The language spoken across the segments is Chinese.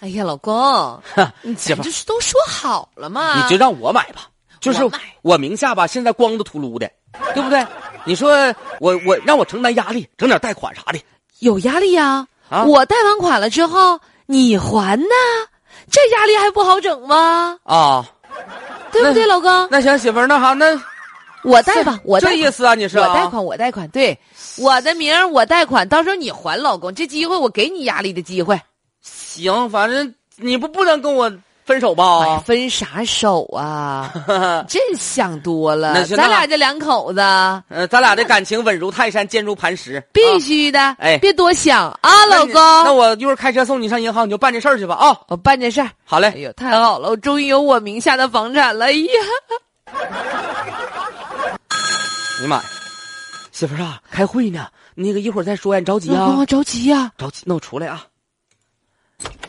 哎呀，老公， 你媳妇儿这是都说好了嘛？你就让我买吧，就是我买我名下吧，现在光的秃噜的，对不对？你说我我让我承担压力，整点贷款啥的，有压力呀、啊我贷完款了之后，你还呢？这压力还不好整吗？啊，对不对，老公？那行，媳妇儿，那好，那我贷吧，我这贷意思啊，你是我贷啊？款，我贷款，对，我的名儿我贷款，到时候你还，老公，这机会我给你压力的机会。行，反正你不不能跟我分手哎呀吧？分啥手 啊？真想多那了，行咱那俩这两口子呃，咱俩的感情稳如泰山，坚如磐石，必啊须的，哎别多想啊，那老你公。那我一会儿开车送你上银行，你就办这事儿去吧啊、我办件事儿。好哎嘞，呦，太好了，我终于有我名下的房产了！哎呀，你妈呀，媳妇儿啊，开会呢，那个一会儿再说呀，你着急老啊公，？我着急呀、着急，那我出来啊。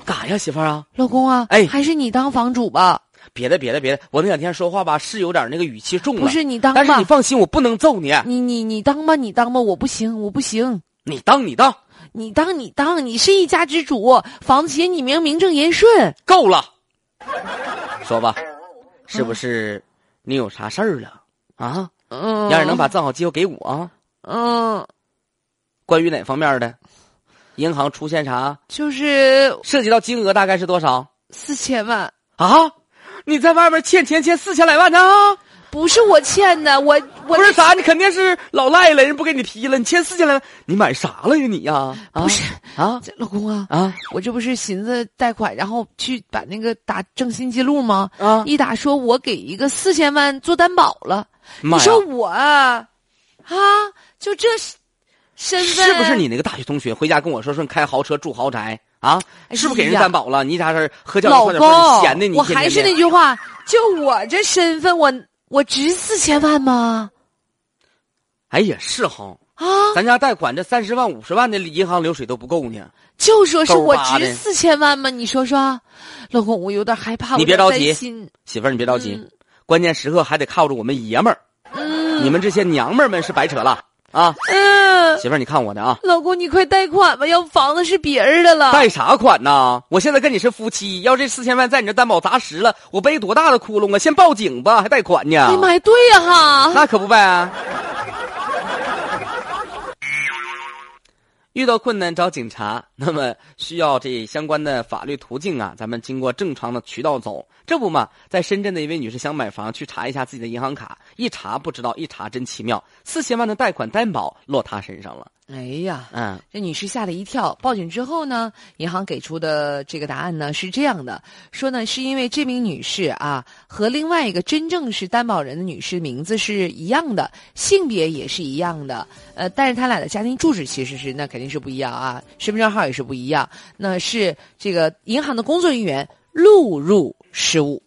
干啥呀，媳妇儿啊？老公啊，哎还是你当房主吧，别的，别的，别的，我那两天说话吧是有点那个语气重了，不是嗯你当吧？但是你放心，我不能揍你，你你你当吧，你当吧，我不行，我不行，你当你当你当你当，你是一家之主，房子写你名，名正言顺。够了，说吧，是不是你有啥事儿了啊？嗯，要是能把藏好机会给我啊，嗯，关于哪方面的？银行出现啥？就是涉及到金额大概是多少四千万，啊？你在外面欠钱欠四千来万呢啊？不是我欠的，我我不是那啥，你肯定是老赖了，人不给你批了，你欠四千来万，你买啥了呀你呀、啊？不是啊这老公啊，啊我这不是寻思贷款，然后去把那个打征信记录吗？啊！一打说我给一个四千万做担保了，妈你呀说我啊，啊就这是身份是不是？你那个大学同学回家跟我说说你开豪车住豪宅啊？哎是不是给人呀担保了？你家是喝酒老喝点儿公，闲的你一我天天啊还是的那句话，就我这身份，我我值四千万吗？哎呀是哈，啊，咱家贷款这三十万五十万的银行流水都不够呢。就说是勾我搭的值四千万吗？你说说，老公，我有点害怕，你我有别点着急担心媳妇儿你别着急，嗯关键时刻还得靠着我们爷们儿。嗯你们这些娘们儿们是白扯了啊！嗯、媳妇儿你看我的啊，老公，你快贷款吧，要不房子是别人的 了。贷啥款啊呐？我现在跟你是夫妻，要这四千万在你这担保砸实了，我背多大的窟窿啊！先报警吧，还贷款呢？哎呀妈呀，对呀、哈，那可不呗。啊遇到困难找警察，那么需要这相关的法律途径啊，咱们经过正常的渠道走。这不嘛，在深圳的一位女士想买房，去查一下自己的银行卡，一查不知道，一查真奇妙，四千万的贷款担保落她身上了。哎呀。嗯，这女士吓了一跳，报警之后呢，银行给出的这个答案呢是这样的，说呢是因为这名女士啊和另外一个真正是担保人的女士名字是一样的，性别也是一样的，呃，但是她俩的家庭住址其实是那肯定是不一样啊，身份证号也是不一样，那是这个银行的工作人员录入失误。